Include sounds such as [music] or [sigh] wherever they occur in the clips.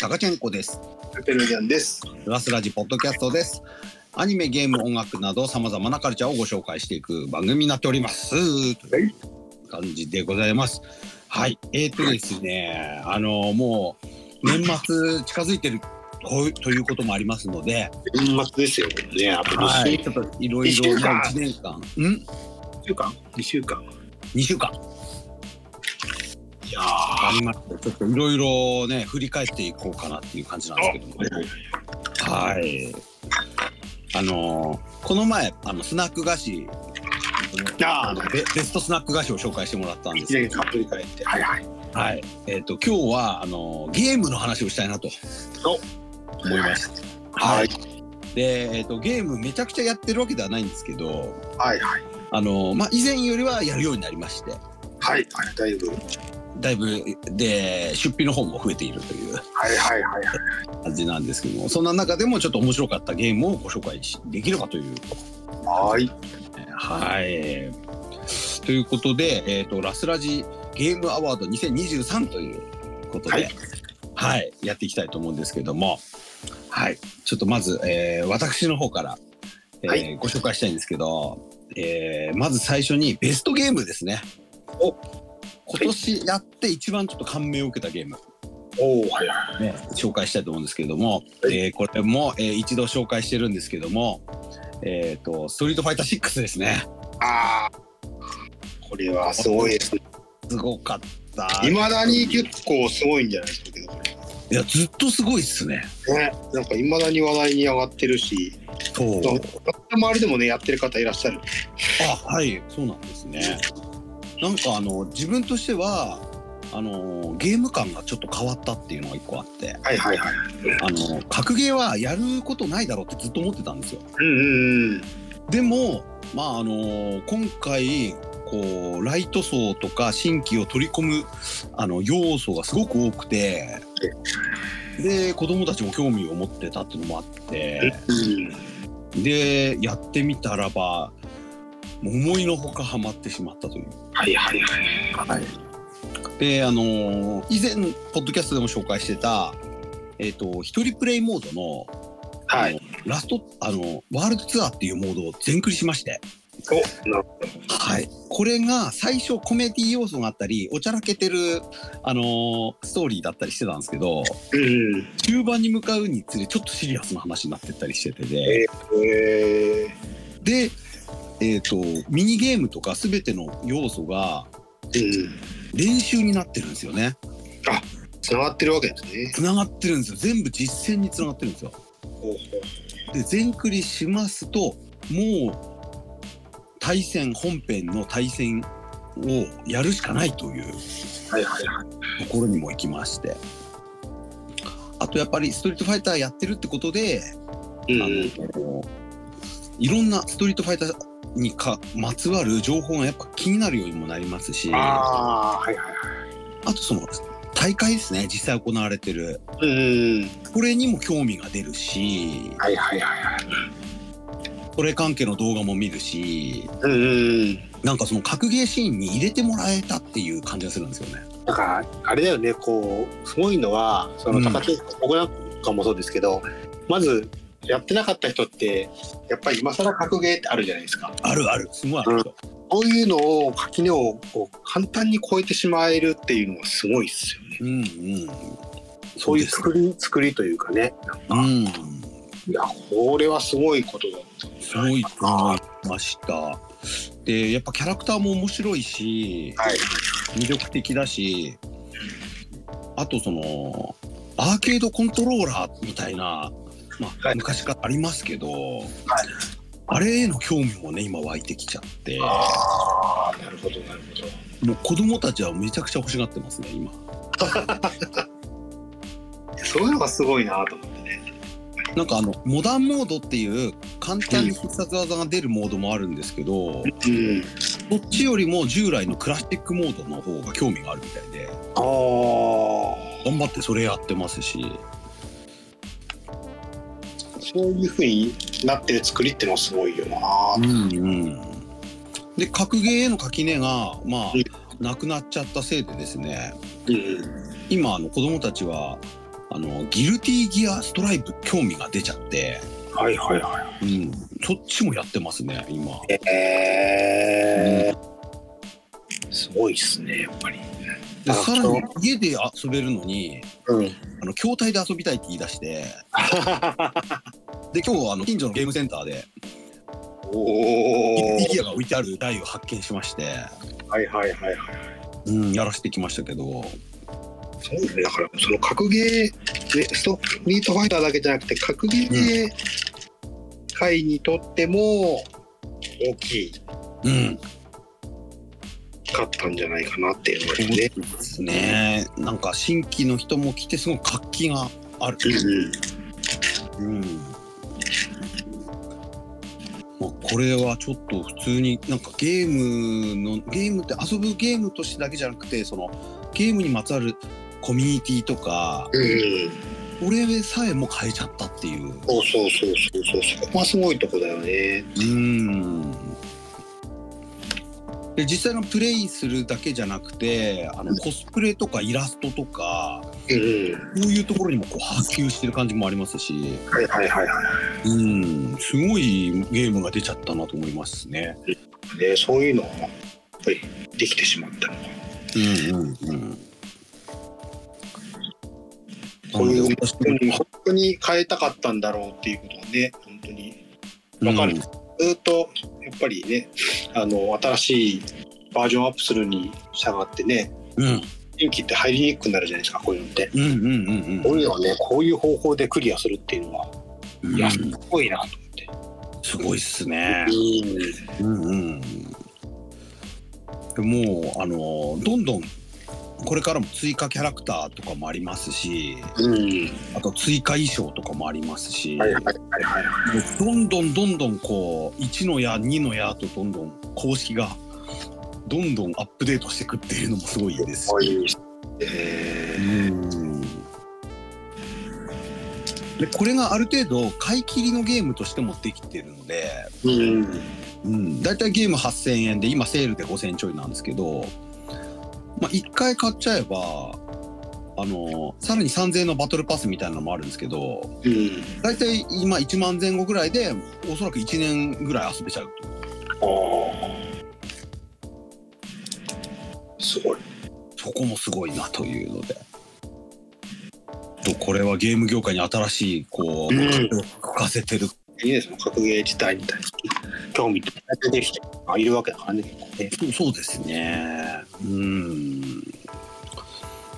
タカチェンコです。ペルリャンです。ラスラジポッドキャストです。アニメ、ゲーム、音楽など様々なカルチャーをご紹介していく番組になっております。という感じでございます。はい。えっ、とですね、あの、もう年末近づいてるこうということもありますので、年末ですよね。あとは2い。ちょっといろい一ろ週な間1年間、ん週間、2週間。 ?2 週間いやあーりました。ちょっといろいろね、振り返っていこうかなっていう感じなんですけども。はい。あのーこの前あのスナック菓子あーベベストスナック菓子を紹介してもらったんでいすきけなどりたっぷり帰って。はいはい。はい。えっ、と今日はあのーゲームの話をしたいなと思いました。はい。でえっ、とゲームめちゃくちゃやってるわけではないんですけど、はいはい。あのーまあ以前よりはやるようになりまして、はいはい。だいぶ。はいだいぶで出費の方も増えているというはいはいはい。感じなんですけども、そんな中でもちょっと面白かったゲームをご紹介しできればというはい。はい。ということで、えっ、と、ラスラジゲームアワード2023ということで、ははいい、やっていきたいと思うんですけども、はい。ちょっとまず、えー私の方から、えーはいご紹介したいんですけど、えーまず最初にベストゲームですね。お今年やって一番ちょっと感銘を受けたゲーム、おおはいはね、紹介したいと思うんですけれども、はいえーこれも、えー一度紹介してるんですけども、えっ、と、ストリートファイター6ですね。い。ああ。これはすごいですね。すごかった。いまだに結構すごいんじゃないですかけど、こいや、ずっとすごいっすね。れ。ね。なんかいまだに話題に上がってるし、そうそう周りでもね、やってる方いらっしゃる。あ、はい、そうなんですね。なんか、あの、自分としては、あの、ゲーム感がちょっと変わったっていうのが一個あって、はいはいはい。あの、格ゲーはやることないだろうってずっと思ってたんですよ。うんうんうん。でも、まあ、あの、今回、こうライト層とか新規を取り込むあの要素がすごく多くてで子供たちも興味を持ってたっていうのもあってうんでやってみたらば思いのほかハマってしまったという。はいはいはい。であのー以前ポッドキャストでも紹介してた、えっと一人プレイモードの,、はい。のラストあのワールドツアーっていうモードを全クリしまして、お、なるほど。はい、これが最初コメディ要素があったりおちゃらけてる、あのーストーリーだったりしてたんですけどうんうん。中盤に向かうにつれちょっとシリアスな話になってったりしててで。えで、えー、とミニゲームとか全ての要素がー、うん。練習になってるんですよねつながってるわけですね。つながってるんですよ全部実践につながってるんですよで全クリしますともう対戦本編の対戦をやるしかないというはいはいはい。ところにも行きましてあとやっぱりストリートファイターやってるってことで、うんあのいろんなストリートファイターにかまつわる情報がやっぱ気になるようにもなりますしああ、はいはいはあとその大会ですね実際行われてるい。うん。これにも興味が出るしはいはいはいはい。それ関係の動画も見るしうんうん。なんかその格ゲーシーンに入れてもらえたっていう感じがするんですよね。だから、あれだよね、こう、すごいのは、その、うん高木、僕なんかもそうですけど、まず、やってなかった人って、やっぱり今更格ゲーってあるじゃないですか。あるあるすごいあると、こういうのを、垣根をこう簡単に超えてしまえるっていうのがすごいっすよね。うんうん、そういうです作り、作りというかね。うんいや、これはすごいことだった。すごいと思いました。でやっぱキャラクターも面白いしはい。魅力的だしあとそのアーケードコントローラーみたいな、まあはい昔からありますけど、あれへの興味もね今湧いてきちゃってああ、なるほど、なるほど。もう子供たちはめちゃくちゃ欲しがってますね今。そういうのがすごいなと思ってね。なんかあのモダンモードっていう簡単に必殺技が出るモードもあるんですけど、うん。そっちよりも従来のクラシックモードの方が興味があるみたいでああ。頑張ってそれやってますしそういうふうになってる作りってのはすごいよなうんで格ゲーへの垣根がまあうんなくなっちゃったせいでですねうん。今あの子供たちはあのギルティギアストライブ興味が出ちゃって、はいはいはうん、そっちもやってますね今。い。えー、すごいっすね、やっぱり。であさらに家で遊べるのにうん。あの筐体で遊びたいって言い出してで今日あの近所のゲームセンターでおギルおティギアが置いてある台を発見しまして、はいはいはいはい。うん、やらせてきましたけどそうですね、だからその格ゲー、ね、ストリートファイターだけじゃなくて、格ゲー界にとっても大きうんかったんじゃないかなって思いますそうねで。すねなんか新規の人も来てすごい活気がある。うんうんまあ、これはちょっと普通になんかゲームのゲームって遊ぶゲームとしてだけじゃなくてそのゲームにまつわるコミュニティとかうん、うん、俺さえも変えちゃったっていうそうそうそうそうそうそこはすごいとこだよね。うんで実際のプレイするだけじゃなくてあのコスプレとかイラストとかうんそういうところにもこう波及してる感じもありますしうん、はいはいはいはうんすごいゲームが出ちゃったなと思いますね。い。ねそういうのはやっぱりできてしまったのか。うんうんうん。こういう本当に変えたかったんだろうっていうことはね本当にわかる、ずーっとやっぱりねあの新しいバージョンアップするに従ってねうん。うん新規って入りにくくなるじゃないですかこういうのって。うんうんうんこういうのをねこういう方法でクリアするっていうのはうん。いやすごいなとすごいっす思ねって。。うんうん。もうあのどんどんこれからも追加キャラクターとかもありますし、うん、うん、あと追加衣装とかもありますし、はいはいはいはいはもうどんどんどんどんこう1の矢2の矢とどんどん公式がどんどんアップデートしていくっていうのもすごいでい。すしこういう、えでこれがある程度買い切りのゲームとして持ってきてるので、ー、うん、うん、だいたいゲーム8000円で今セールで5000円ちょいなんですけど、まあ、1回買っちゃえばあのさらに3000円のバトルパスみたいなのもあるんですけどうん、だいたい今1万前後ぐらいでおそらく1年ぐらい遊べちゃうああ、すごい。そこもすごいなというので。とこれはゲーム業界に新しいこううん風を吹かせてるいいですね、格ゲー自体に対して興味って出てきてあいるわけだからね、結構ね。そうそうですね。うん。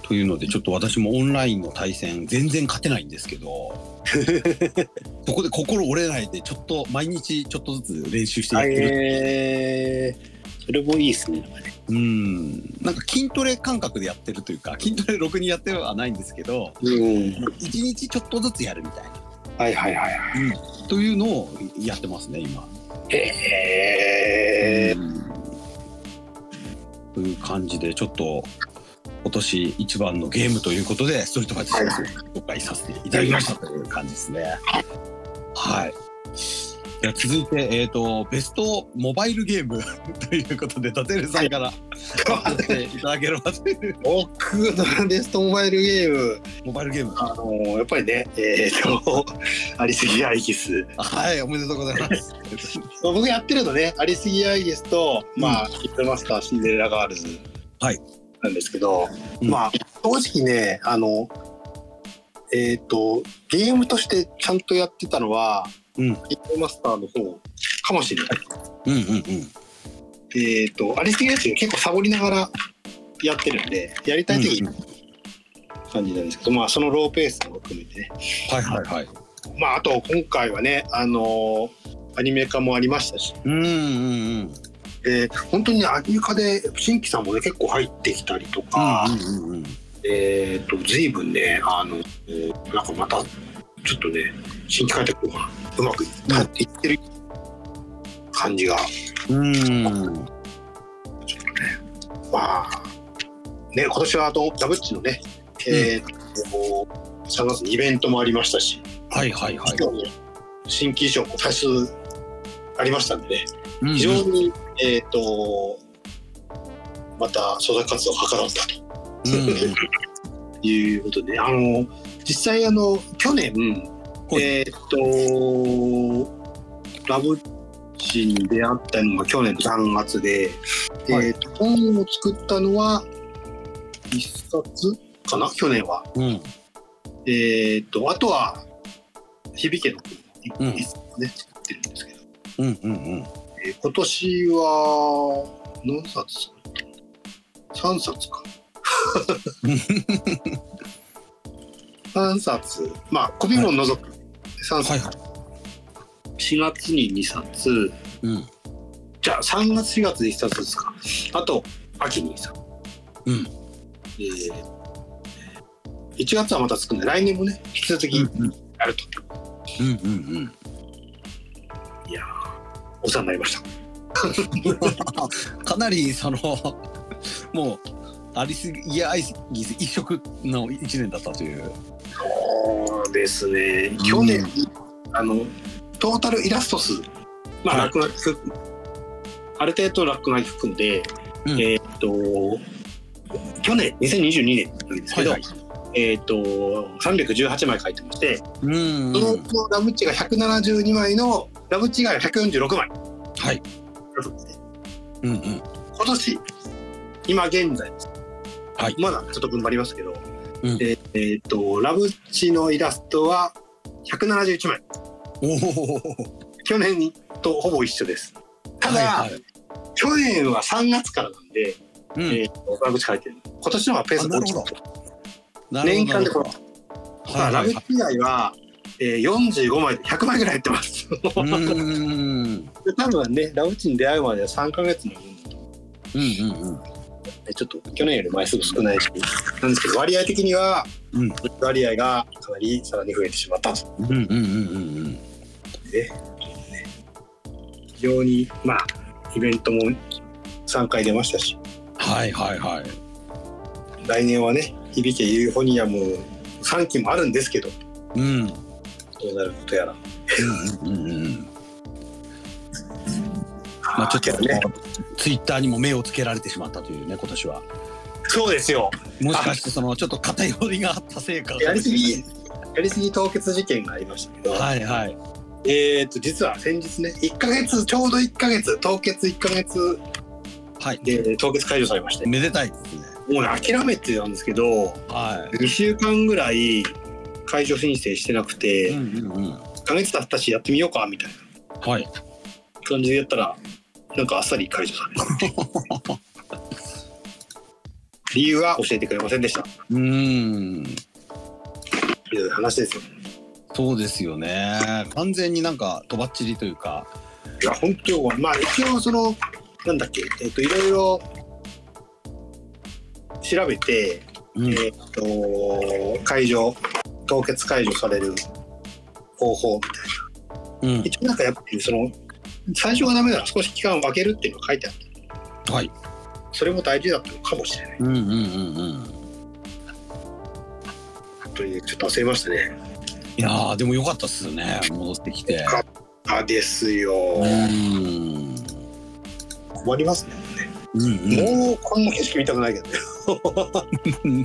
というので、ちょっと私もオンラインの対戦、全然勝てないんですけど、そこで心折れないで、ちょっと毎日ちょっとずつ練習してやってる。えー、それもいいですね。うん。なんか筋トレ感覚でやってるというか、筋トレろくにやってはないんですけど、うん。一日ちょっとずつやるみたいな。はいはいはいはというのをやってますね、今。い。えという感じでちょっと今年一番のゲームということでストリートファイター6を紹介させていただきましたという感じですね。はい。では続いて、えー、とベストモバイルゲーム [laughs] ということで、ダテルさんからー、教えていただければという僕のベストモバイルゲーム、モバイルゲーム。あのーやっぱりね、えー、と、アリスギアイギス。はい、おめでとうございます。まあ、僕やってるのね、アリスギアイギスと、まあ、ヒットマスターシンデレラガールズ。はい。なんですけど、うんまあ、正直ね、あの、えっ、と、ゲームとしてちゃんとやってたのは、うんヒットマスターの方かもしれない。うんうんうん。えっ、と、アリスギアイギス結構サボりながらやってるんで、やりたい時に感じなんですけど、まあ、そのローペースも含めてね。はいはいはい。まあ、あと、今回はね、あのアニメ化もありましたし、うんうんうん。で本当にねアニメ化で新規さんもね結構入ってきたりとか、うんうんうんうん。えっ、と随分ねあのえーなんかまたちょっとね新規開拓がうまくいったっていってる感じがうん。まあね今年はあとダブッチのね、えーと3月にイベントもありましたし、はいはいはい。今日も新規衣装も多数ありましたんでね非常うんに、えっ、とまた創作活動を図ろうとうんうんということで、あの、実際あの、去年、はいえーっと、ラブチに出会ったのが去年3月で、はいえーっと、本を作ったのは、1冊かな、去年は。うん。えーっと、あとは、響けのうん国、いつもね、作ってるんですけど、うんうんうん。えー今年は、何冊作ったの ?3 [laughs] 冊か。3冊、まあ、コピも除く3冊、はいはい。 4月に2冊、うん。じゃあ3月4月で1冊ですか。あと秋にさ。うんえー1月はまた作るんで来年もね引き続きうやんうんると、うんうん。いやーお世話になりましたかなりその [laughs] もうありすぎいやありすぎず一色の一年だったという。そうですね去去年年、あのトータルイラスト数まあはい落書き含むある程度落書き含んで、うんえーっと去年2022年なんですけど、はいえーっと318枚書いてまして、うんそのラブチが172枚のラブチが146枚。はい。うんうん。今年、今現在、はいまだちょっと分張りますけど、うんえーえーっと、ラブチのイラストは171枚。おお。去年とほぼ一緒です。ただ、はいはい去年は3月からなんで、うんえーっとラブチ書いてる。今年の方がペースが大きい。あなるなるほど年間でこれ、はいまはあいラブチ以外は、えー、45枚で100枚ぐらいやってます。 [laughs] うんうんで多分ね、ラブチに出会うまでは3ヶ月の分だとうんうんちょっと去年より枚数も少ないし、なんですけど、割合的には、うん割合がかなりさらに増えてしまったと。うんうんうんうんうん。非常に、まあ、イベントも3回出ましたし、はいはいはい。来年はね、響けユーフォニアも3期もあるんですけど、うんうんどうなることやら。うんうん。ままあちょっとね。ツイッターにも目をつけられてしまったというね今年は。そうですよ。もしかしてそのちょっと偏りがあったせいか。やりすぎ。、やりすぎ凍結事件がありましたけど、はいはい。えっと、実は先日ね、1ヶ月、ちょうど1ヶ月、凍結1ヶ月はい。で凍結解除されまして、めでたいですね。もうね、諦めてたんですけど、は2週間ぐらい解除申請してなくい。て、うんうんうん。 1ヶ月経ったしやってみようかみたいなはい。感じでやったらなんかあっさり解除された [laughs] 理由は教えてくれませんでしたうーん。という話ですよそうですよね。完全になんかとばっちりというか。いや本当はまあ一応そのなんだっけえっ、といろいろ調べて、うんえっ、と解除凍結解除される方法うん。一応なんかやっぱりその最初がダメなら少し期間を空けるっていうのが書いてあるはい。それも大事だったのかもしれないうんうんうんうん。本当にちょっと焦りましたねいやーでも良かったっすよね。戻ってきて。あですようーん。困りますねうんもうこんな景色見たくないけどねうん、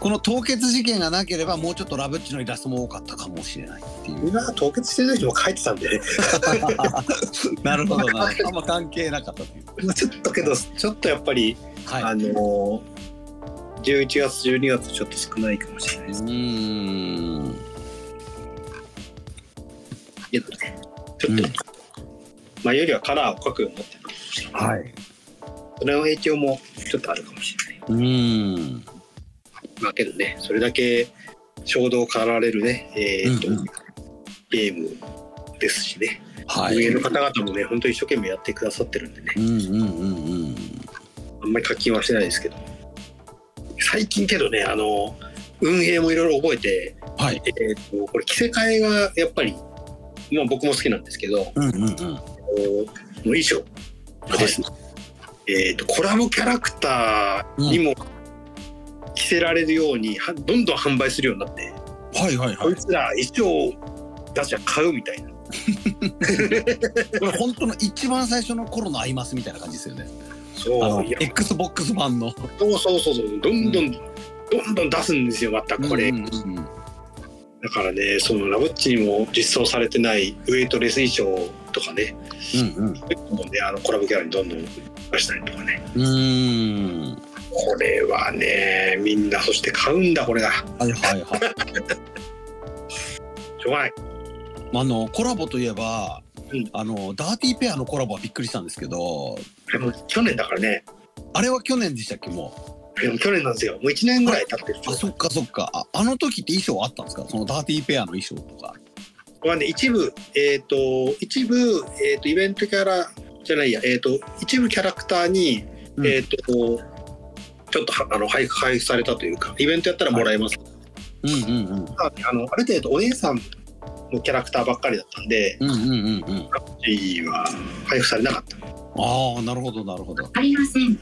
この凍結事件がなければもうちょっとラブッチのイラストも多かったかもしれないっていみうんな凍結してる人も書いてたんでなるほど [laughs] なあんま関係なかったというちょっとけどちょっとやっぱり、はあいのー、11月12月ちょっと少ないかもしれないうですーんけどねちょっと、うん前よりはカラーを描くようになってるはいそれの影響もちょっとあるかもしれないうーんまあけどねそれだけ衝動かられるねえーっと、うんうんゲームですしねはい運営の方々もね、本当に一生懸命やってくださってるんでね、うんうんうんうんあんまり課金はしてないですけど、最近けどね、あの運営もいろいろ覚えて、はいえー、とこれ、着せ替えがやっぱり、まあ、僕も好きなんですけど、こうんうんうんうこの衣装がですね、えー、とコラボキャラクターにも着せられるように、はどんどん販売するようになって、はいはいこはいいつら衣装出しゃ買うみたいな。これ本当の一番最初の頃のアイマスみたいな感じですよね。あそうのいや XBOX 版の。そうそうそうそうどんどんどんどん出すんですよまたこれ、うんうんうんだからねそのラブッチにも実装されてないウエイトレス衣装とかねうんそういうのもねあのコラボキャラにどんどん出したりとかねうんうーんこれはねみんなそして買うんだこれがはいはいはい [laughs] しょうがないまああのコラボといえば、うんあのダーティーペアのコラボはびっくりしたんですけどあれも去年だからねあれは去年でしたっけもでも去年なんですよもう1年ぐらい経ってるうあそっかそっかああの時って衣装あったんですかそのダーティーペアの衣装とかはね一部えっ、と一部、えー、とイベントキャラじゃないやえっ、と一部キャラクターに、うんえっ、とこうちょっとはあの配布配布されたというかイベントやったらもらえます、うんうんうんあのある程度お姉さんのキャラクターばっかりだったんでうんうんうんうん1位は配布されなかったああなるほどなるほどありません。も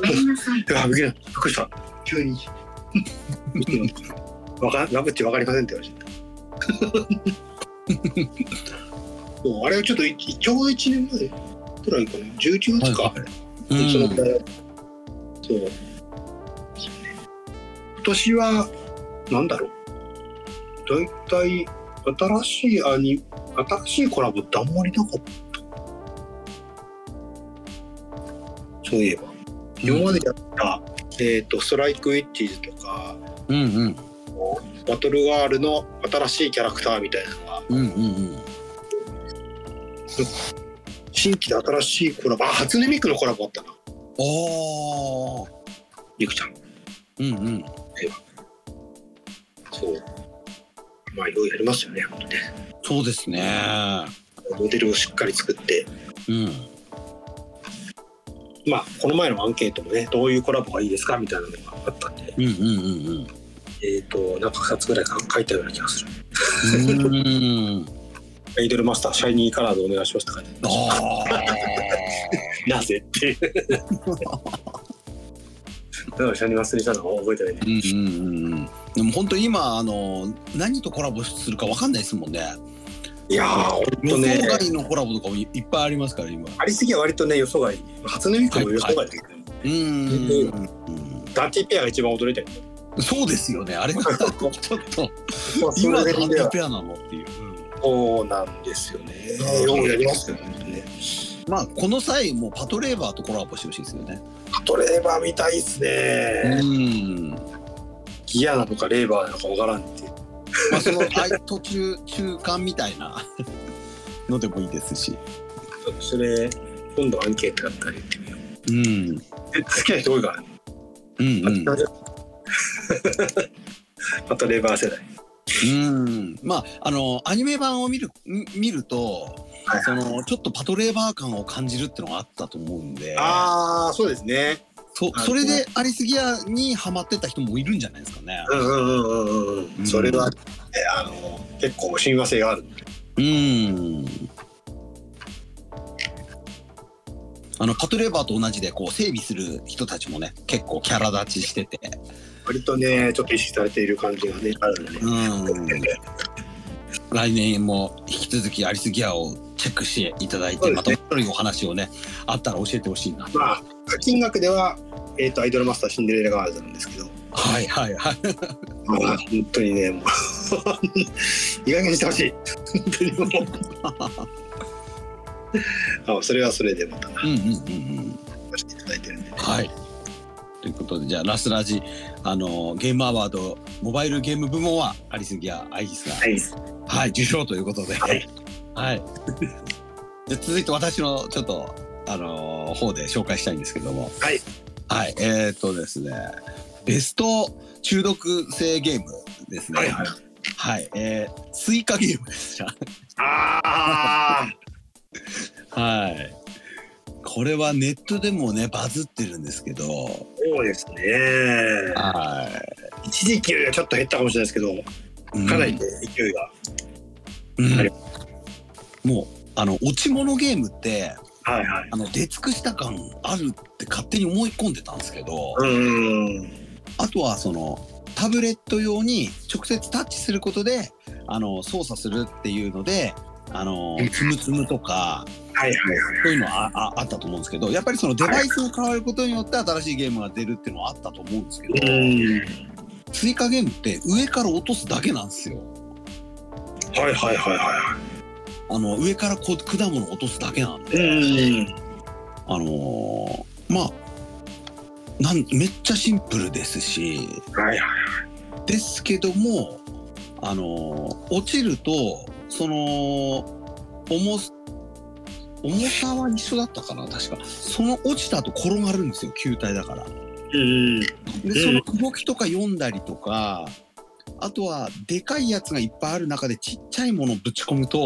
ごめんなさい。ううわびっくりしたびっくりした急に [laughs] わかんラブっちわかりませんって言われちゃった [laughs] そうあれはちょっといちょうど1年前くらいかな11月か、はいうんそうのんそう今年はなんだろう大体新しいアニ新しいコラボってあんまりなかったそういえば今までやった、えー、とストライクウィッチーズとかうんバトルガールの新しいキャラクターみたいなのがうんうんうん新規で新しいコラボあ初音ミクのコラボあったなおーミクちゃんうんうんそうまあいろいろやりますよね本当ねそうですねモデルをしっかり作って、うんまあ、この前のアンケートもね、どういうコラボがいいですかみたいなのがあったんで、うんうんうんうんえっ、と、なんか2つぐらいか書いたような気がする。うーんアイドルマスター、シャイニーカラーでお願いしますとかね。あなぜって。 [laughs] だからシャイニー忘れたのは覚えてないねー。うんうんうんうんでも本当今あの何とコラボするかわかんないですもんねいやー、ほん予とね想、外のコラボとかもいっぱいありますから今ありすぎは割とね、予想外。初音ミクも予想外だけど、うんうんうんダーティーペアが一番驚いたよ [laughs] ね。うんそうですよねあれがちょっとそ今ののレアベルンでテはィペアなのっていう、そうなんですよね。ようやりますよね、ほんとね。まあこの際もうパトレーバーとコラボしてほしいですよねパトレーバーみたいっすね。うんギアなのかレーバーなのかわからんっていうまあそのあい途中中間みたいな [laughs] のでもいいですしそれ今度アンケートやったら言ってみよううんで好きな人多いからね、うんうんあとレーバー世代うんまああのアニメ版を見るみ見ると、はいそのちょっとパトレーバー感を感じるってのがあったと思うんでああそうですねそはいそれでアリスギアにハマってた人もいるんじゃないですかね。うんうんうんうんううんんそれは、ね、あの結構親和性があるうんあのパトレーバーと同じでこう整備する人たちもね結構キャラ立ちしてて、割とねちょっと意識されている感じがねあるので、ねうん、来年も引き続きアリスギアをチェックしていただいて、そうでますたね一人お話をねあったら教えてほしいな。まあ課金額ではえっ、とアイドルマスターシンデレラガールズなんですけど、はいはいはい。まあ、本当にねもう [laughs] いい加減にしてほしい本当にもう [laughs] あそれはそれでまたうんうんうんうん。していただいてるんで、ね、はい。ということで、じゃあ、ラスラジ、あの、ゲームアワード、モバイルゲーム部門は、アリスギア、アイギスが、はい、い。受賞ということで。はいじゃあ続いて私の、ちょっと、あの方で紹介したいんですけども。はい。はい、えー、っとですね、ベスト中毒性ゲームですね。はいはい。はい、えー、スイカゲームです。じゃああはい。これはネットでもね、バズってるんですけど、ーそうですねは一時期よりはちょっと減ったかもしれないですけどい。かなりね勢いが、うん、ありもうあの落ち物ゲームってはいはいあの出尽くした感あるって勝手に思い込んでたんですけど、うんあとはそのタブレット用に直接タッチすることであの操作するっていうので。あのつむつむとかはいはいはいそういうのはあああったと思うんですけどやっぱりそのデバイスを変わることによって新しいゲームが出るっていうのはあったと思うんですけどうん追加ゲームって上から落とすだけなんですよ。はいはいはいはあの上からこう果物落とすだけなんで、いはい。うん。あのーまあなんめっちゃシンプルですしはいはい。ですけどもあのー落ちるとその重す重さは一緒だったかな確かその落ちた後転がるんですよ球体だからうん。でその動きとか読んだりとかあとはでかいやつがいっぱいある中でちっちゃいものをぶち込むと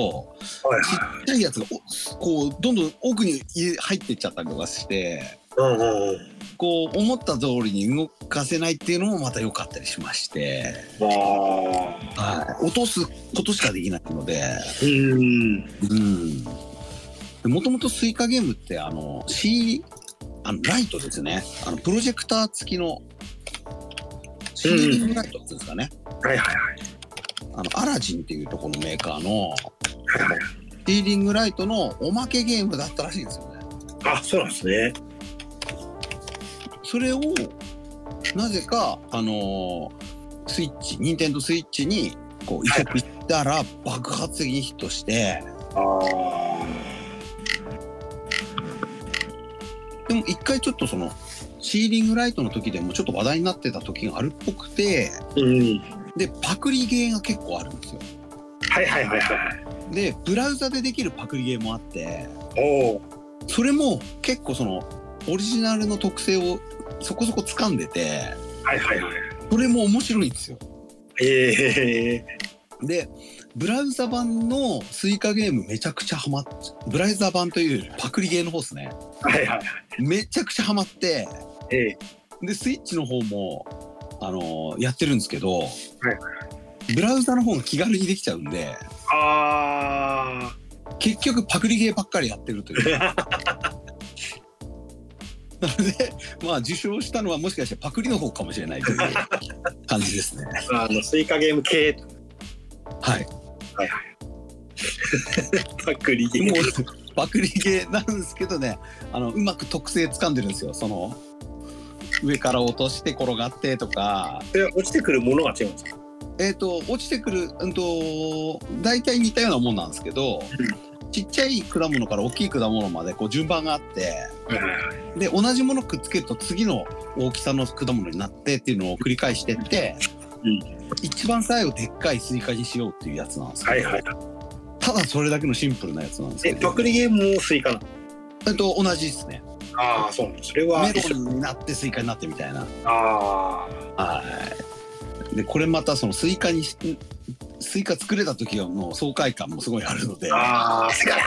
はちっいちゃいやつがおこうどんどん奥に入ってっちゃったりとかしてはい。うんうんうん。こう思った通りに動かせないっていうのもまた良かったりしまして、あはい、落とすことしかできないのであ。うん。うんもともとスイカゲームってあの C あのライトですねあのプロジェクター付きの CD ライトっていうんですかね、はいはいはあのアラジンっていうところのメーカーのいはい。シーリングライトのおまけゲームだったらしいんですよね。あ、そうなんですね。それをなぜかあのースイッチ任天堂スイッチにこう移植したら爆発的にヒットしてああ。でも一回ちょっとそのシーリングライトの時でもちょっと話題になってた時があるっぽくてうん。でパクリゲーが結構あるんですよはいはいはいはい。でブラウザでできるパクリゲーもあっておお。それも結構そのオリジナルの特性をそこそこ掴んでてはいはいはい。それも面白いんですよええでブラウザ版のスイカゲームめちゃくちゃハマっブラウザ版というよりパクリゲーの方ですねはいはいはい。めちゃくちゃハマってええでスイッチの方もあのやってるんですけど、ブラウザの方が気軽にできちゃうんであ結局パクリゲーばっかりやってるというなのでまあ受賞したのはもしかしてパクリの方かもしれないという感じですねあ。あの、スイカゲーム系。はいパクリゲもーム。うパクリゲーなんですけどねあのうまく特性掴んでるんですよその上から落として転がってとかそれは落ちてくるものが違うんですか。えっ、と落ちてくるうんと大体似たようなもんなんですけど、ちっちゃい果物から大きい果物までこう順番があってはいはいはい。で同じものくっつけると次の大きさの果物になってっていうのを繰り返してって、うん一番最後でっかいスイカにしようっていうやつなんですけど、はいはい。ただそれだけのシンプルなやつなんですけえ、どパクリゲームもスイカなの。えっと同じですね。ああ、そうなんです。それはメロンになってスイカになってみたいな。あはい。でこれまたそのスイカにしスイカ作れた時はもう爽快感もすごいあるのであ。、ああ、スイカだ。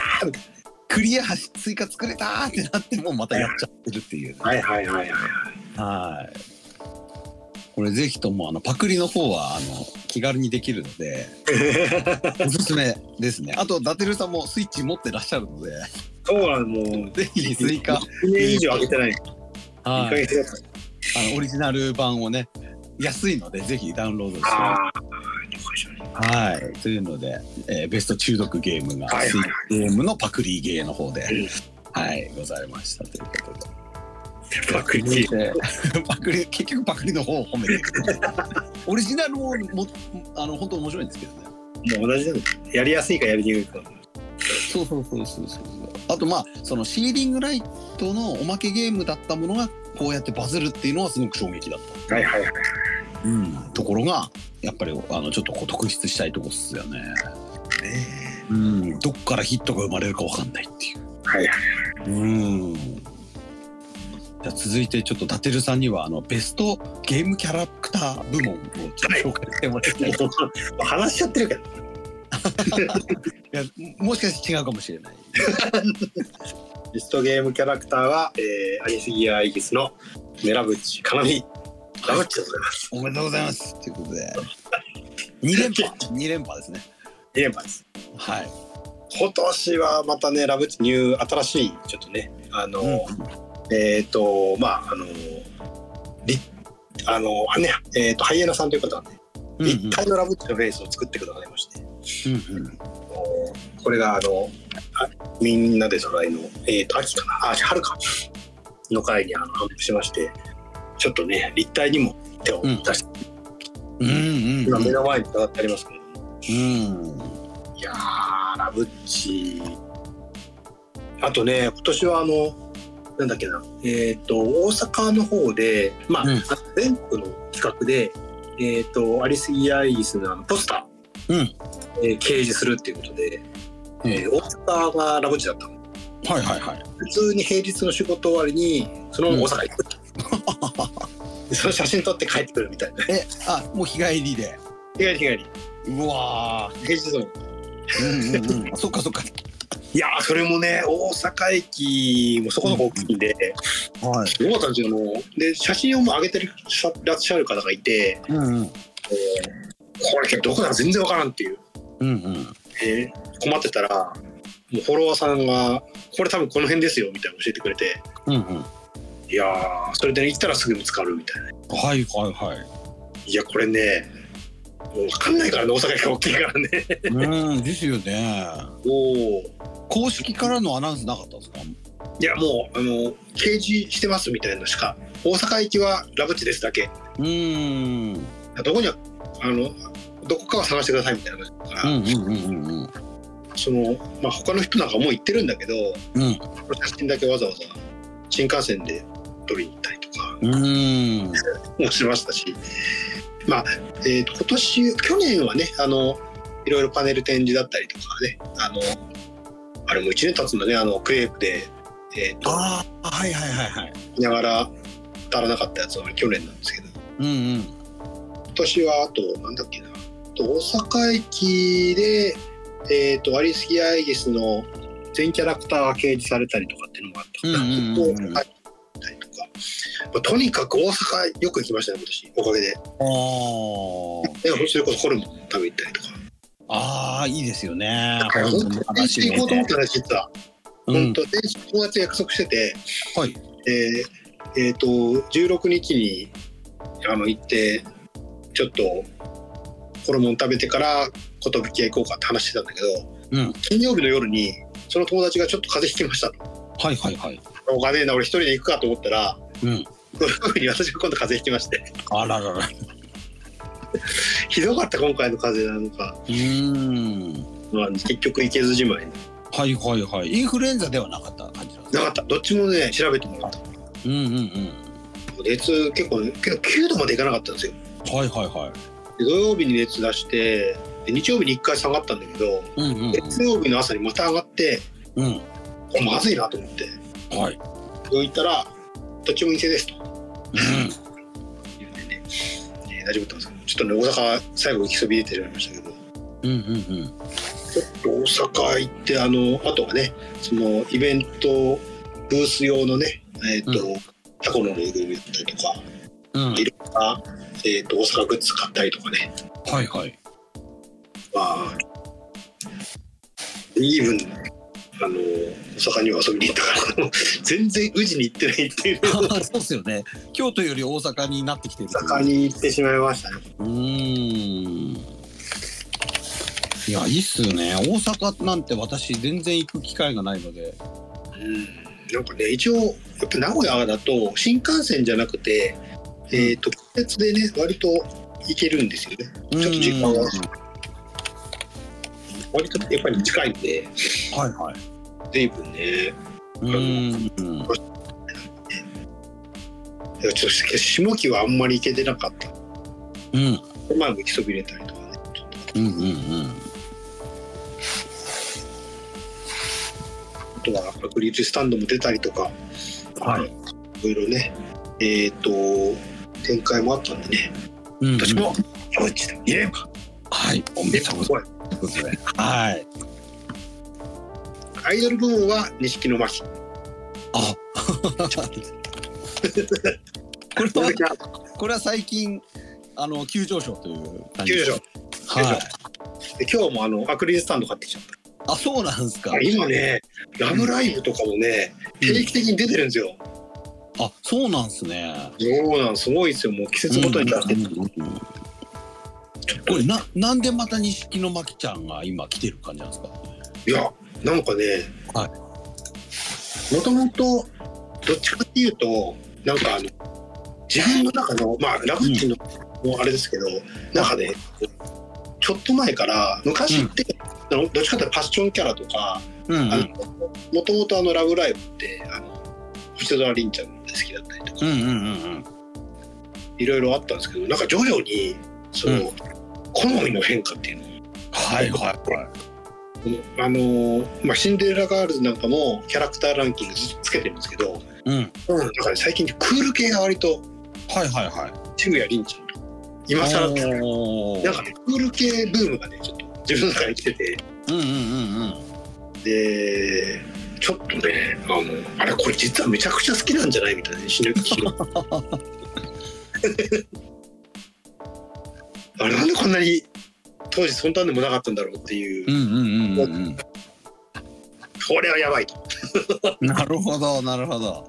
クリアスイカ作れたーってなってもまたやっちゃってるっていう。はいはいはいはい。はい。これぜひともあのパクリの方はあの気軽にできるの [laughs] でおすすめですね。あとダテルさんもスイッチ持ってらっしゃるので、そうなんもう。ぜひスイカ、は1年以上上げてない。一ヶい、月だった。あのオリジナル版をね安いのでぜひダウンロードして。ああ。よいしょねはい、というので、えーベスト中毒ゲームが、はいはいはいスイゲームのパクリゲーの方で、んはい、ございましたということで。パクリ。でパクリ、結局パクリの方を褒めてる。オリジナルももあの本当面白いんですけどね。もう同じなんですやりやすいかやりにくいか。そうそうそうそうそう。あとまあそのシーリングライトのおまけゲームだったものがこうやってバズるっていうのはすごく衝撃だっはいはいはい。た。ところがやっぱりあのちょっとこう特筆したいとこっすよね。うん、どっからヒットが生まれるかわかんないっていう。はいはい。うん。じゃあ続いてちょっとダテルさんにはあのベストゲームキャラクター部門をちょっと紹介してもらい [laughs] たい。いもう話しちゃってるけど。やもしかして違うかもしれない。リストゲームキャラクターは、えー、アニスギアイギスのネラブチカナミ。ラブチでございます。おめでとうございます。ということで2連覇2連覇ですね。 2連覇です。はい。今年はまたね、ラブチニュー、新しい、ちょっとね、あの、えっ、と、まあ、あの、りあの、ね、えっ、と、ハイエナさんという方がね、うん立体のラブチのフェイスを作ってくださいまして、うんうんあのこれが、あの、あみんなでトライの、えっ、と、秋かな、あ、春か、の回にあの、反復しまして、ちょっとね、立体にも手を出して、うん今目の前に飾ってありますけど、うん。いやーラブッチあとね今年はあのなんだっけなえっ、と大阪の方でまあ、うん全国の企画でえっ、とアリス・イヤイギスのあのポスター、うんえー掲示するっていうことで、うんえー大阪がラブッチだったのはいはいはい。普通に平日の仕事終わりにそのまま大阪行く、でその写真撮って帰ってくるみたいなえ、あ、もう日帰りで。日帰り日帰りうわー。平日のうんうんうん。そっかそっか。いやーそれもね大阪駅もそこの方大きいんで、はい。よかったんですよもうで写真をもう上げてるさらっしゃる方がいてうんうん。これどこだか全然わからんっていう、うんうん。えー困ってたらもうフォロワーさんが「これ多分この辺ですよ」みたいなの教えてくれてうんうん。いやーそれで行ったらすぐ見つかるみたいなはいはいはい。いやこれねもう分かんないからね大阪駅が大きいからねうん、ですよね。 [laughs] おお公式からのアナウンスなかったですか。いやもうあの掲示してますみたいなのしか大阪駅はラブチですだけうーん。どこにはあのどこかは探してくださいみたいな感じだから、うんうんうんうんうん。その、まあ、他の人なんかもう行ってるんだけど、うん写真だけわざわざ新幹線で撮りに行ったりとかうーん。もしましたし、まあえーと今年去年はねあのいろいろパネル展示だったりとかねあのあれも1年経つんだねあのクレープで、えー、とああ、はいはいはいはい。見ながら足らなかったやつは去年なんですけどうんうん。今年はあとなんだっけなあと大阪駅で、えー、とアリスギアイギスの全キャラクターが掲示されたりとかっていうのもあったかなうんうんうんうん大阪駅行ったりとか、まあ、とにかく大阪よく行きましたね今年おかげであーでそれこそホルモン食べ行ったりとかあー、いいですよね。だから本当に行こうと思ったら実は、う本ん当に友達と約束してて、はいえーえーと16日にあの行ってちょっとホルモン食べてから寿屋行こうかって話してたんだけどうん。金曜日の夜にその友達がちょっと風邪ひきましたとはいはいはい。 「お金ねえな俺一人で行くか」と思ったらうん。 16日に私が今度風邪ひきまして [laughs] あららら。うひどかった今回の風邪なのか、ーん。まあ、結局行けずじまいはいはいはい。インフルエンザではなかった感じなんですなか。かったどっちもね調べてもらったうんうんうん。熱結構結構9度までいかなかったんですよはいはいはい。で土曜日に熱出してで日曜日に1回下がったんだけどうんうん月曜日の朝にまた上がってうん。うん。これまずいなと思ってはい。病院行ったら「どっちも陰性です」と言うんでね、えー大丈夫だったんですけどちょっとね大阪最後行きそびれてしまいましたけどうんうんうんちょっと大阪行ってあのあとはねそのイベントブース用のねえっ、と、タコのぬいぐるみだったりとか、うん。うん。いろんな、えー、と大阪グッズ買ったりとかね、はいはい。まあ、イーブン、あの、大阪には遊びに行ったから、 [laughs] 全然宇治に行ってないっていう。 [laughs] そうっすよね。京都より大阪になってきてる。大阪に行ってしまいましたね。うーん。いや、いいっすよね。大阪なんて私全然行く機会がないので。なんかね、一応、やっぱ名古屋だと、新幹線じゃなくて、えっ、と、季節でね、割と行けるんですよね。ちょっと時間は割とやっぱり近いんで、はいはい。随分ね、うーん。いやちょっと下木はあんまり行けてなかった。うん。前も行きそびれたりとかね。うんうんうん。あとは、グリーズスタンドも出たりとか、はい。いろいろね、えっ、と、展開もあったんでね、うんうん私も、ラブッチで2連覇はい。おめでとうござい [laughs] ます。はい。アイドル部門は錦の巻。あ。これは、これは最近。あの急上昇という感じ。急上昇。はい。で今日もあの、アクリルスタンド買ってきちゃっあ、そうなんですかた。。今ね、ラブライブとかもね、定期的に出てるんですよ。あ、そうなんですね。そうなん、すごいですよ。もう季節ごとに出して、うんうんこれななんでまた錦の巻ちゃんが今来てる感じなんですか。いや、なんかね、はもともと、どっちかっていうと、なんかあの、自分の中の、まあ、ラブッチのもうあれですけどなんかねちょっと前から昔って、あのどっちかというとパッションキャラとかうんうんもともと「あのラブライブ!」ってあの星沢凛ちゃんが好きだったりとかうんうんうんいろいろあったんですけどなんか徐々にその、好みの変化っていうのはいはいはいあのーまあ、シンデレラガールズなんかもキャラクターランキングずっとつけてるんですけど、うんうん、だから最近クール系が割とはいはいはい渋谷凛ちゃんと今更なんおーかねクール系ブームがねちょっと自分の中に来ててうんうんうんうんでちょっとねあのあれこれ実はめちゃくちゃ好きなんじゃないみたい [laughs] な死ぬ気あれなんでこんなに当時そんなんでもなかったんだろうっていう、うんうんうんうんこれはやばいとうんなるほどなるほどね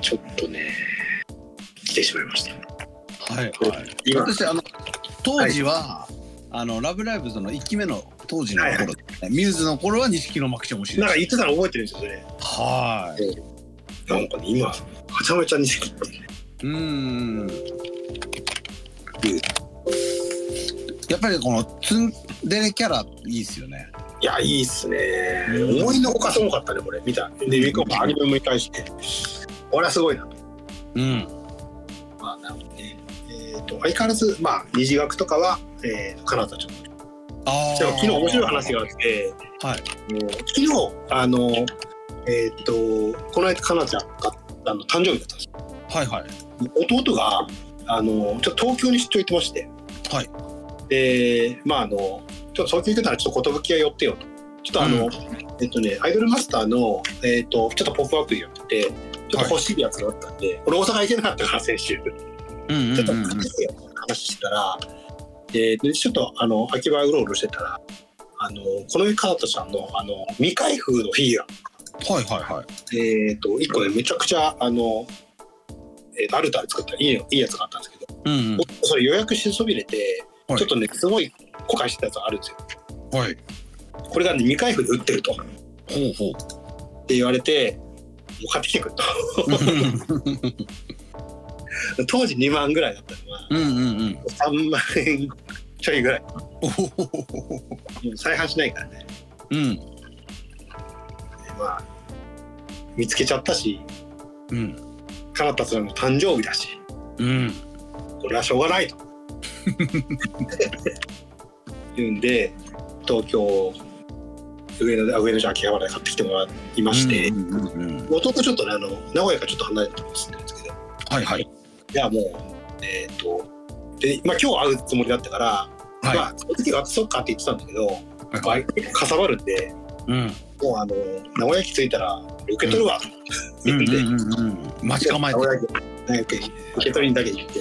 ちょっとね来てしまいましたはいはい今そしてあの当時は、あのラブライブズの一期目の当時の頃、はいはミューズの頃は錦野真希ちゃん推しなんかで言ってたの覚えてるんですよそれすはなんかね今はちゃめちゃに好きっていうねいうんやっぱりこのツンデレキャラいいっすよねいやいいっすねうん思いのほかすごかったねこれ見たで見込アニメを見返してこれはすごいなうんまあなので、えー、と相変わらずまあ二次学とかは、えー、カナダちゃんああ昨日面白い話があって、はいもう昨日あのえっ、とこの間かなちゃんがあの誕生日だったんですよはいはい弟があのちょっと東京に出張行ってまして、はいでまああのちょっと東京行くならちょっと寿屋寄ってよとちょっとあの、うんえっとねアイドルマスターの、えっとちょっとポップアップやっててちょっと欲しいやつがあったんで、俺大阪行けなかったから先週うんうんちょっうとんうん話してよ話してたら、ででちょっとあの秋葉うろうろしてたらあのこのカートさんのあの未開封のフィギュアはいはいはいえっ、と1個でめちゃくちゃあの、えー、アルタで作ったいいよいいやつがあったんですけどうんうんそれ予約しそびれて、はいちょっとねすごい後悔してたやつがあるんですよはいこれが、ね、未開封で売ってるとっほうほうて言われてもう買ってきてくれと [laughs] 当時2万ぐらいだったのがうんうんうん3万円ちょいぐらいおほほほほもう再販しないからねうんまあ、見つけちゃったし、うんカナタさんの誕生日だし、うんこれはしょうがな [laughs] いと。いうんで、東京、上野で、あ上野じゃん秋葉原で買ってきてもらいまして、うんうんうんうん弟ちょっとね、あの、名古屋からちょっと離れたところに住んでるんですけど、はいはいいや、もう、えっ、と、で、まあ、今日会うつもりだったから、はいまあ、その時はそっかって言ってたんだけど、はいまはあいかさばるんで、うんもう、あの、名古屋駅着いたら、受け取るわ、とう言って、んうんうんうん待ち構えて名古屋駅名古屋駅受け取りにだけ行って、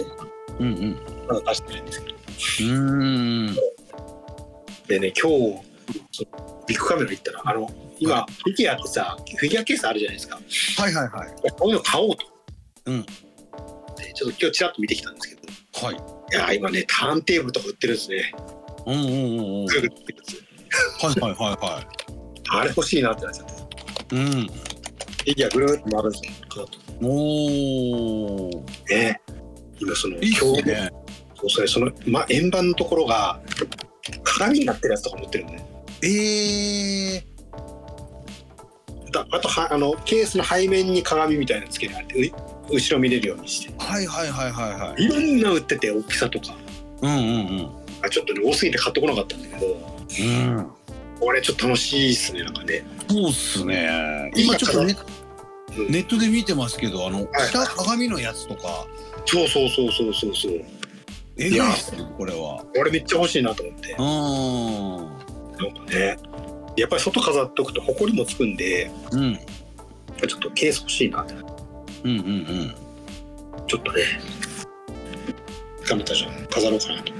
うんうんまだ出してないんですけど。うんでね、今日、そのビッグカメラ行ったら、あの、今、フィギュアってさ、フィギュアケースあるじゃないですか。はいはいはいこういうの買おうと。うんでちょっと今日ちらっと見てきたんですけど、はいいやー、今ね、ターンテーブルとか売ってるんですね。うんうんうんうんはいグーグルってやつはいはいはあれ欲しいなってなっちゃって。いうんフィギュアぐるーっと回るんですよ。こうやっおーてね。今、その、いいっす今日ねそうそれその、ま、円盤のところが、鏡になってるやつとか持ってるんで、ええだあとはあのケースの背面に鏡みたいなのつけてあってう後ろ見れるようにしてはいはいはいはいはいいろんな売ってて大きさとかうんうんあちょっとね多すぎて買ってこなかったんだけどうんうんこれちょっと楽しいっすねなんかねそうっすね今ちょっとねうんネットで見てますけどあのはい下鏡のやつとかそうそうそうそうそうそうえぐいっすねこれは俺めっちゃ欲しいなと思ってうなんかねやっぱり外飾っとくと埃もつくんでんうんやっぱちょっとケース欲しいなってうんうんうんちょっとねカメたじゃん飾ろうかなと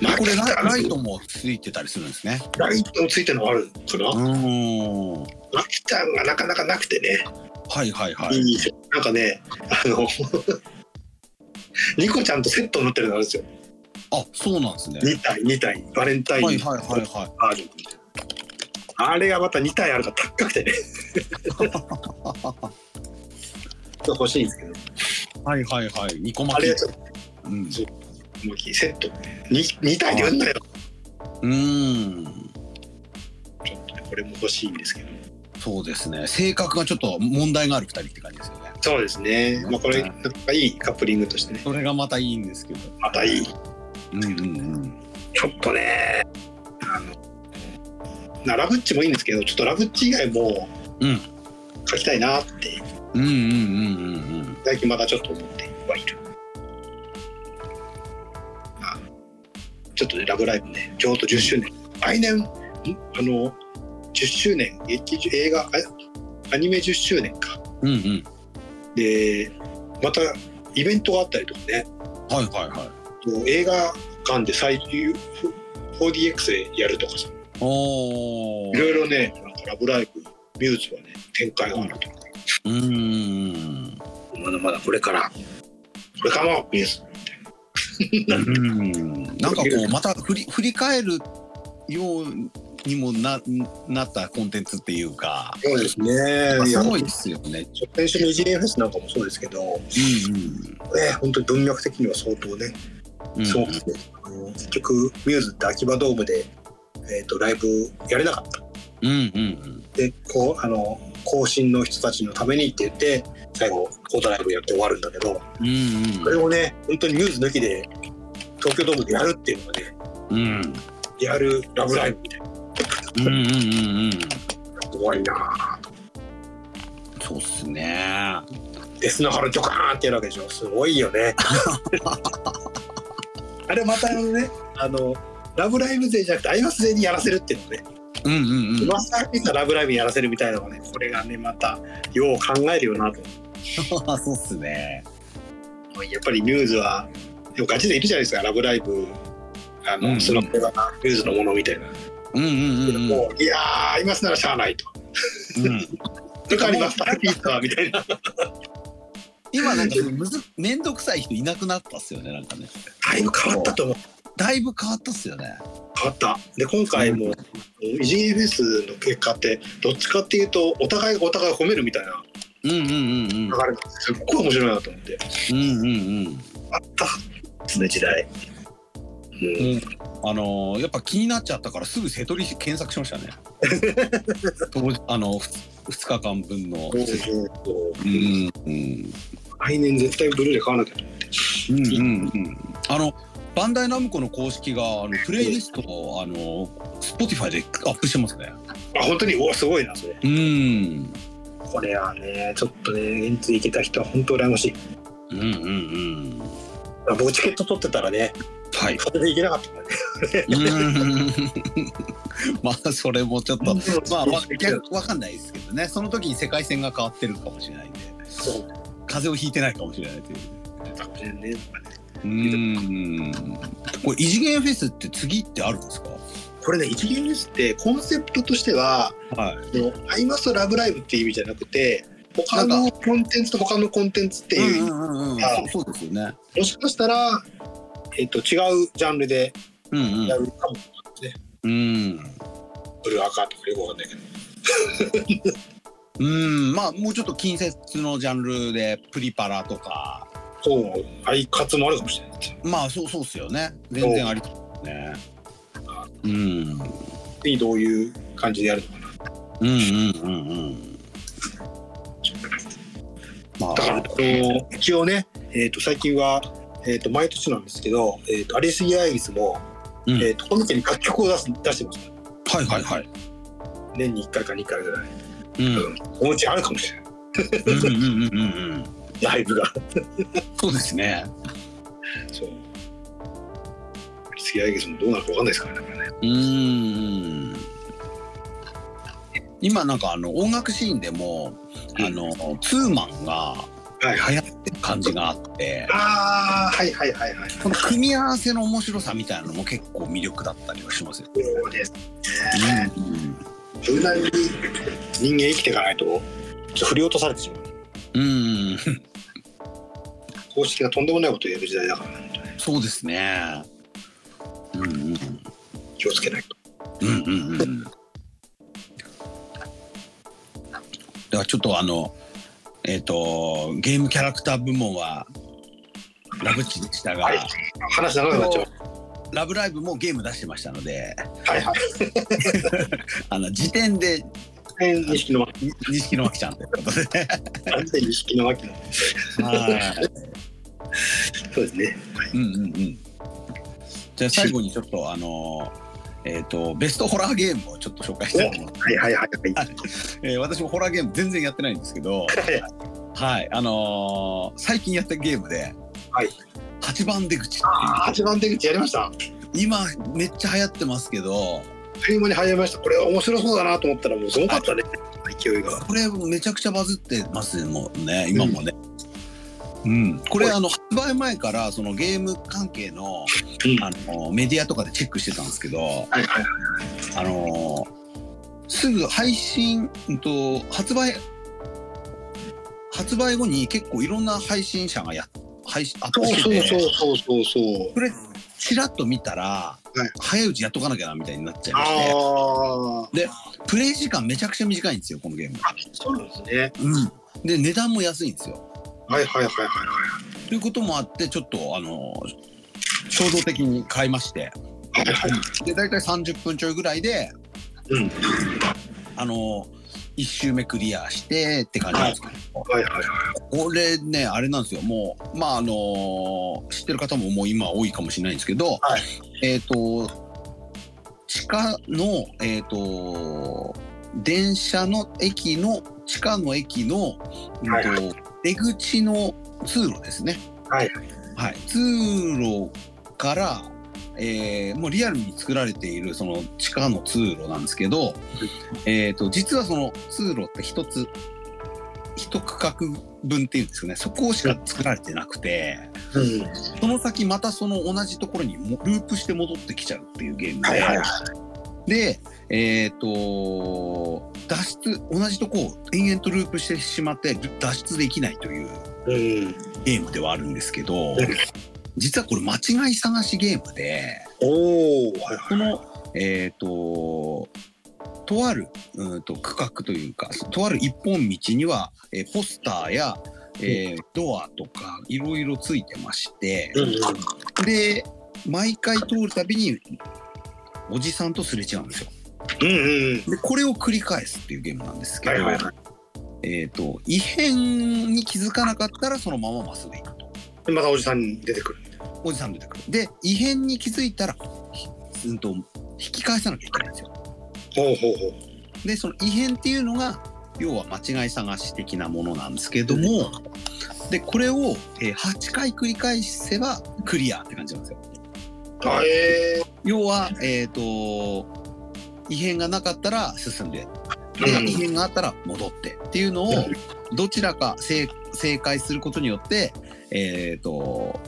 まあこれライライトトもついてたりするんですねライトもついてるのあるかな、うーんラキちゃんがなかなかなくてねはいはいはいいいですよなんかね、あの、 [laughs] ニコちゃんとセットになってるのあるんですよ。あそうなんですね2体、2体、バレンタインはいはいはいはバージョンみたいなあれがまた2体あるから高くてね。ちょっと欲しいんですけど。はいはいはい。ニコあ巻きれ。うん。巻きセットに2体で売んだようーん。ちょっとねこれも欲しいんですけどそうですね。性格がちょっと問題がある二人って感じですよね。そうですねまあこれなんかいいカップリングとしてねそれがまたいいんですけど。またいいうんうんうん。ちょっとねあのなラブッチもいいんですけどちょっとラブッチ以外もうん書きたいなってうんうんうんうんうん。最近まだちょっと思ってはいるまあちょっとね「ラブライブね」ちょうど10周年来年んあの10周年劇場映画あアニメ10周年かうんうん。でまたイベントがあったりとかねはいはいはい。もう映画館で最優 4DX でやるとかさおお。いろいろねなんか「ラブライブ」ミューズはね展開があるとか、うーん。まだまだこれからこれからもミューズうんなんかこうまた振り振り返るようにもななったコンテンツっていうか、そうですねいすやごいですよね。先週の EGM フェスなんかもそうですけど、ね、本当に文脈的には相当ね、うんうん。そうですねあの結局ミューズって秋葉ドームで、えー、とライブやれなかったうんうんでこうあの後進の人たちのためにって言って最後コートライブやって終わるんだけどうん。うんこれをね本当にミューズ抜きで東京ドームでやるっていうのがねうん。うんリアルラブライブみたいなうんうんうんうん。怖いなそうっすね。デスの春ドカーンってやるわけでしょすごいよね [laughs] あれまたあのねあのラブライブ勢じゃなくてアイマス勢にやらせるっていうのね、うんうんうん。マスターピースがラブライブにやらせるみたいなのがねこれがねまたよう考えるよなとそうっすね。やっぱりミューズはでもガチでいるじゃないですかラブライブあの、うんその子がミューズのものみたいな、うんうんうんうん。もういやーアイマスならしゃあないとうんだからマスターピースはみたいな今なんかむず面倒くさい人いなくなったっすよねなんかね。だいぶ変わったと思うだいぶ変わったっすよね。変わったで今回も異次元フェスの結果ってどっちかっていうとお互いがお互いを褒めるみたいなうんうんうんうん流れなんですっごい面白いなと思ってうんうんうん。あったですね時代うんうんあのーやっぱ気になっちゃったからすぐ瀬戸り検索しましたね。当日あの 2, 日間分の。そうそうそううんうん来年絶対ブルーレイ買わなきゃと思ってうんうんうんあのバンダイナムコの公式があのプレイリストをあの Spotify でアップしてますね。あ本当におすごいなそれうんこれはねちょっとね現地行けた人は本当羨ましいうんうんうん。僕チケット取ってたらねはい。それで行けなかったからね [laughs] まあそれもちょっと、まあわ逆逆わかんないですけどね。その時に世界線が変わってるかもしれないんで、そう風邪をひいてないかもしれないという。だからねなんかねうーん。これ異次元フェスって次ってあるんですか。これね一元フェスってコンセプトとしてははい。そのアイマスとラブライブっていう意味じゃなくて他のコンテンツと他のコンテンツっていう、うんうんうんうん。そうそうですよね。もしかしたら、えっと違うジャンルでうんうんや。るかも、うん。ブルーアカーとかよくわかんないけどうん、まあもうちょっと近接のジャンルでプリパラとかそうアイカツもあるかもしれないまあそうそうっすよね全然ありそうねうん次どういう感じでやるのかなうんうんうんうんまあだから、えっと一応ね、えっと最近は、えっと毎年なんですけど、えっとアリス・イアイギスも、うんえっとこの時に楽曲を出す出してましたはいはいはい年に1回か2回ぐらいうんうんおうちあるかもしれないうんうんうんうんうんライブがそうですねそう。杉谷ゲスもどうなるかわかんないですからね。うーん今なんかあの音楽シーンでも、あのツーマンがはい流い。行ってる感じがあってああ、はいはいはいはい。この組み合わせの面白さみたいなのも結構魅力だったりはしますよ。そうです。うん柔軟に人間生きていかないと、ちょっと振り落とされてしまう。うん、公式がとんでもないことをやる時代だから、ね、そうですね。うん気をつけないと。うんうんうんうん。だからちょっとあの、えっ、とゲームキャラクター部門はラブッチでしたが、はい話長くなっちゃう。ラブライブもゲーム出してましたので、はいはい。あの時点で変錦のに [laughs] 錦野脇ちゃんということで、なんで錦の秋の。はい、そうですね。うんうんうん。じゃあ最後にちょっとあのえっ、とベストホラーゲームをちょっと紹介したいと思います。はいはいはいはい。えー私もホラーゲーム全然やってないんですけど、はいはい、あのー最近やったゲームで、はい八番出口ってあ八番出口やりました。あっいう今めっちゃ流行ってますけど、という間に入りました。これ面白そうだなと思ったらもうすごかったね。勢いが。これめちゃくちゃバズってますもんね、今もね。うん、これあの発売前からそのゲーム関係のうんあのメディアとかでチェックしてたんですけど、はいはい。あのすぐ配信うんと発売発売後に結構いろんな配信者がや配信アッそプうしてそうてそうそうそうそう。これちらっと見たら、い早いうちやっとかなきゃなみたいになっちゃいましてああ。プレイ時間めちゃくちゃ短いんですよこのゲーム。そうなんですね。うん、で値段も安いんですよ。はいはいはいはいはい。ということもあってちょっとあの衝動的に買いましてはいはい。で大体30分ちょいぐらいでうん。あの1周目クリアしてって感じなんですけど、はいはいはこれねあれなんですよもうまああの知ってる方ももう今多いかもしれないんですけど、はいえっ、と地下のえっ、と電車の駅の地下の駅の、うんとはい出口の通路ですね。はいはい、通路から、えーもうリアルに作られているその地下の通路なんですけど、えー、と実はその通路って一つ一区画分っていうんですかねそこしか作られてなくてい。うん。その先またその同じところにもループして戻ってきちゃうっていうゲームで、はいはいはでえっ、と脱出同じとこを延々とループしてしまって脱出できないというい。うん。ゲームではあるんですけどうん実はこれ間違い探しゲームでおお。はいこのえっ、ととあるうんと区画というかとある一本道には、えーポスターや、えードアとかいろいろついてましてうんうん。で毎回通るたびにおじさんとすれ違うんですよ。うんうん。でこれを繰り返すっていうゲームなんですけはいど、はいはえっ、と異変に気づかなかったらそのまままっすぐ行くと。い。またおじさんに出てくる。おじさん出てくる。で、異変に気づいたら、ひうんと、引き返さなきゃいけないんですよ。ほうほうほう。で、その異変っていうのが、要は間違い探し的なものなんですけども、で、これを、えー8回繰り返せばクリアって感じなんですよ。あえ要は、えっ、と、異変がなかったら進んで、で異変があったら戻ってっていうのをどちらか正正解することによって、えっと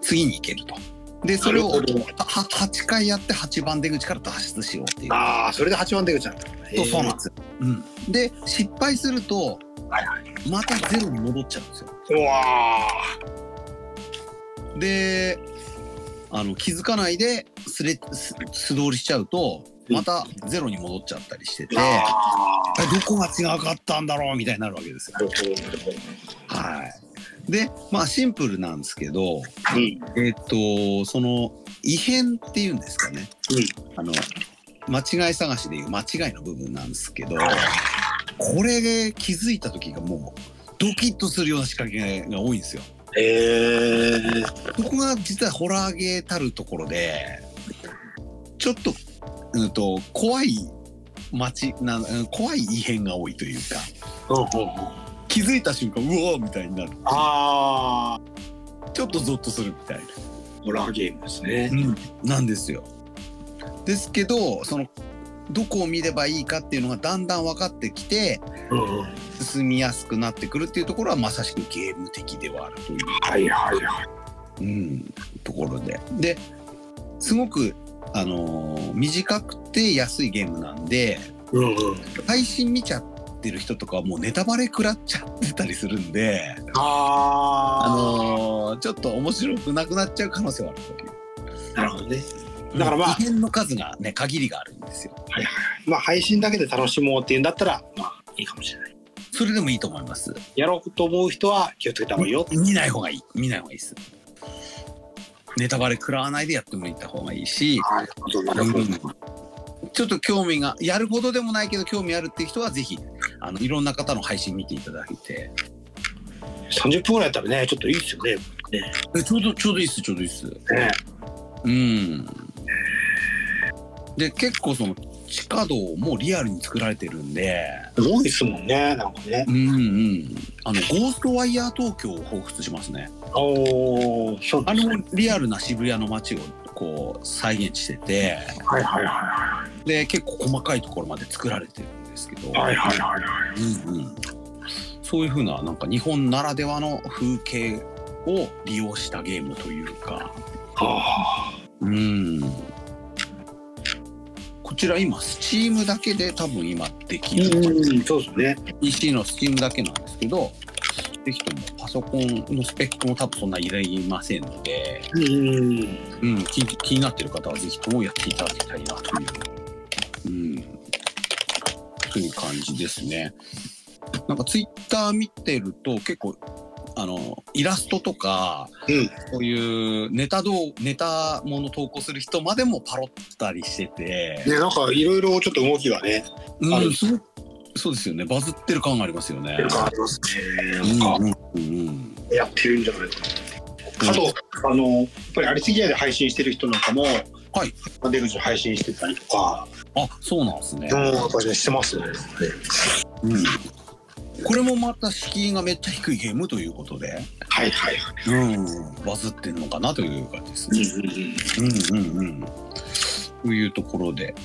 次に行けると。でそれをなるほどはは8回やって8番出口から脱出しようっていう。ああ、それで八番出口なんだ。そうそうなんですよ、うん、で失敗するとはいまたゼロに戻っちゃうんですよ。うわあ。であの気づかないですれす素通りしちゃうとまたゼロに戻っちゃったりしてて、あああ。どこが違かったんだろうみたいになるわけですよな。るほどなるほど。はい。で、まあシンプルなんですけど、うん。えっと、その異変っていうんですかね。あの、間違い探しでいう間違いの部分なんですけど、これで気づいた時がもう、ドキッとするような仕掛けが多いんですよ。ええ。ここが実はホラーゲーたるところで、ちょっと、うんと、怖い街な、うん怖い異変が多いというか、ほうほうほう。気づいた瞬間、うおーみたいになる。ああ。ちょっとゾッとするみたいな。ホラーゲームですね。なんですよ。ですけどそのどこを見ればいいかっていうのがだんだん分かってきてうんうん。進みやすくなってくるっていうところはまさしくゲーム的ではあるという、はいはいはうい。ん、ところで。ですごく、あのー短くて安いゲームなんでうんうん。配信見ちゃってる人とかはもうネタバレ食らっちゃってたりするんで、あああ。のーちょっと面白くなくなっちゃう可能性はあるという。なるほどね。だからまあうん異変の数がね限りがあるんですよ。まあ配信だけで楽しもうっていうんだったら、まあいいかもしれない。それでもいいと思います。やろうと思う人は気をつけた方がいいよ。見ない方がいい。見ない方がいいです。ネタバレ食らわないでやってもらった方がいいし、なるほど、なるほど。うんちょっと興味がやるほどでもないけど興味あるっていう人はぜひあのいろんな方の配信見ていただいて30分ぐらいだったらね、ちょっといいですよね。えちょうどちょうどいいっすちょうどいいっすねうんで結構その地下道もリアルに作られてるんですごいですもんね、なんかね。うんうんあのゴーストワイヤー東京を彷彿しますねおお、そうあですれねもリアルな渋谷の街をこう再現しててはいはいはで結構細かいところまで作られてるんですけど、いはい。はいはいはいはい。うんうん、そういうふうななんか日本ならではの風景を利用したゲームというか、あうん、こちら今 Steam だけで多分今できーる、うん、そうですね。 PC の Steam だけなんですけどぜひともパソコンのスペックも多分そんな入れませんので、うん。うん、気気になってる方はぜひともやっていただきたいなという、うん、という感じですね。なんかツイッター見てると結構あのイラストとか、うんそういうネタどうネタもの投稿する人までもパロったりしてて、ね、なんかいろいろちょっと動きがね、うんあるすごそうですよねバズってる感がありますよね。ありますね。うんなんかうんうん。やってるんじゃないかな。あと、あの、やっぱりアリスギアで配信してる人なんかも、はい出口で配信してたりとか、あそうなんですねう。ん、やっぱりねしてますね。うんこれもまた敷居がめっちゃ低いゲームということで。はいはいはい。うん、バズってんのかなという感じですうんね。うんううんん。うんうん。というところで、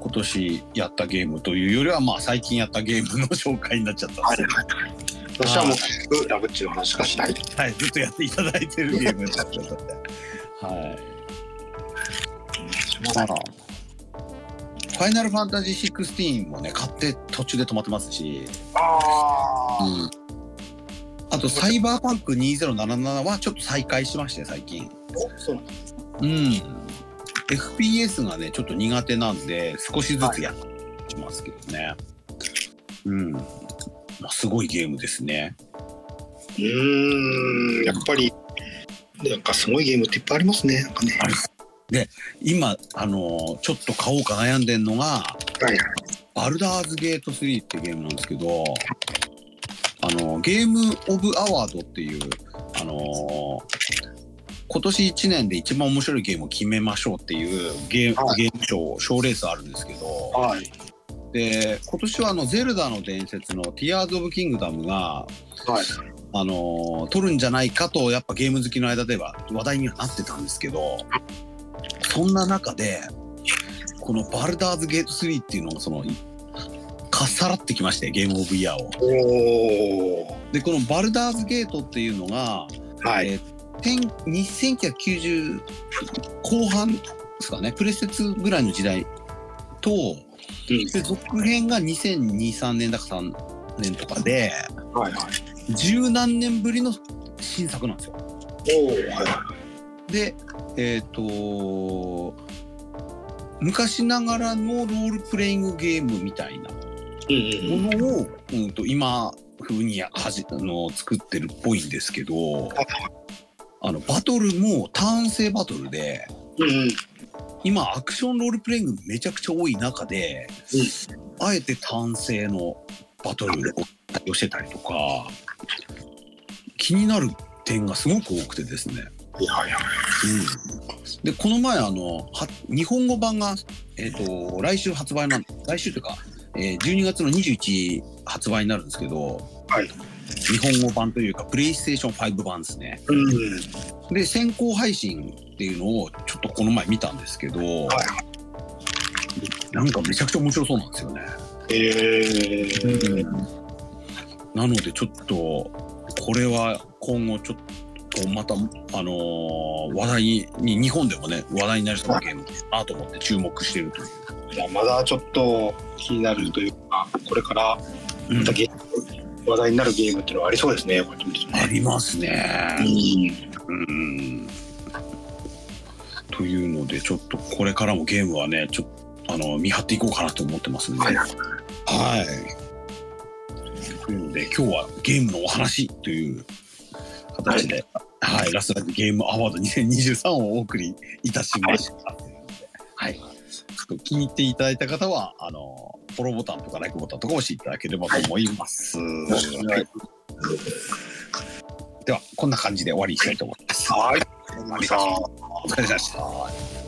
今年やったゲームというよりは、まあ最近やったゲームの紹介になっちゃったんはでいすはいはい。私はもう、ラブっちの話しかしない。けど、はい、ずっとやっていただいてるゲームになっちゃったんで。はい。まあファイナルファンタジー16もね、買って途中で止まってますし、ああ。あとサイバーパンク2077はちょっと再開しまして、最近。そううん。FPS がね、ちょっと苦手なんで、少しずつやってますけどね。うん。まあ、すごいゲームですね。うーん、やっぱり、なんかすごいゲームっていっぱいありますね。なんかね。今、あのーちょっと買おうか悩んでんのが、はいバルダーズゲート3ってゲームなんですけど、あのーゲームオブアワードっていう、あのー今年1年で一番面白いゲームを決めましょうっていうゲーム、はいゲーム賞、賞レースあるんですけど、はい。で今年はあの「ゼルダの伝説」の「ティアーズ・オブ・キングダムが」はい。あのー撮るんじゃないかとやっぱゲーム好きの間では話題にはなってたんですけどそんな中でこの「バルダーズ・ゲート3」っていうのがそのかっさらってきましてゲーム・オブ・イヤーを。おお。でこの「バルダーズ・ゲート」っていうのが、はい。えー1000 1990後半ですかねプレステ2ぐらいの時代とで続編が2023年だか3年とかではいは十何年ぶりの新作なんですよ。い。おお。は。でえっ、と昔ながらのロールプレイングゲームみたいないうんうん。ものを、うん、と今風にやはじあの作ってるっぽいんですけどあのバトルもターン制バトルでうんうん。今アクションロールプレイングめちゃくちゃ多い中で、あえて単性のバトルを対応してたりとか気になる点がすごく多くてですね、はいはいはい。でこの前あのは日本語版が、えー、と来週発売なん来週というか、えー12月の21発売になるんですけど、はい日本語版というかプレイステーション5版ですねうん。で先行配信っていうのをちょっとこの前見たんですけど、なんかめちゃくちゃ面白そうなんですよね。ええ。なのでちょっとこれは今後ちょっとまたあのー話題に日本でもね話題になりそうなゲームだなと思って注目してるという。じゃあまだちょっと気になるというか、これからまたゲーム話題になるゲームっていうのはありそうですね。こうやって見るとあねりますね。うん。うん、というのでちょっとこれからもゲームはねちょっとあの見張っていこうかなと思ってますんで。はいはい。というので、今日はゲームのお話という形で、はい、ラスラジゲームアワード2023をお送りいたしました。はい。気に入っていただいた方は、あの、フォローボタンとかライクボタンとか押していただければと思います。はいでは、こんな感じで終わりにしたいと思います。はい。お疲れ様でした。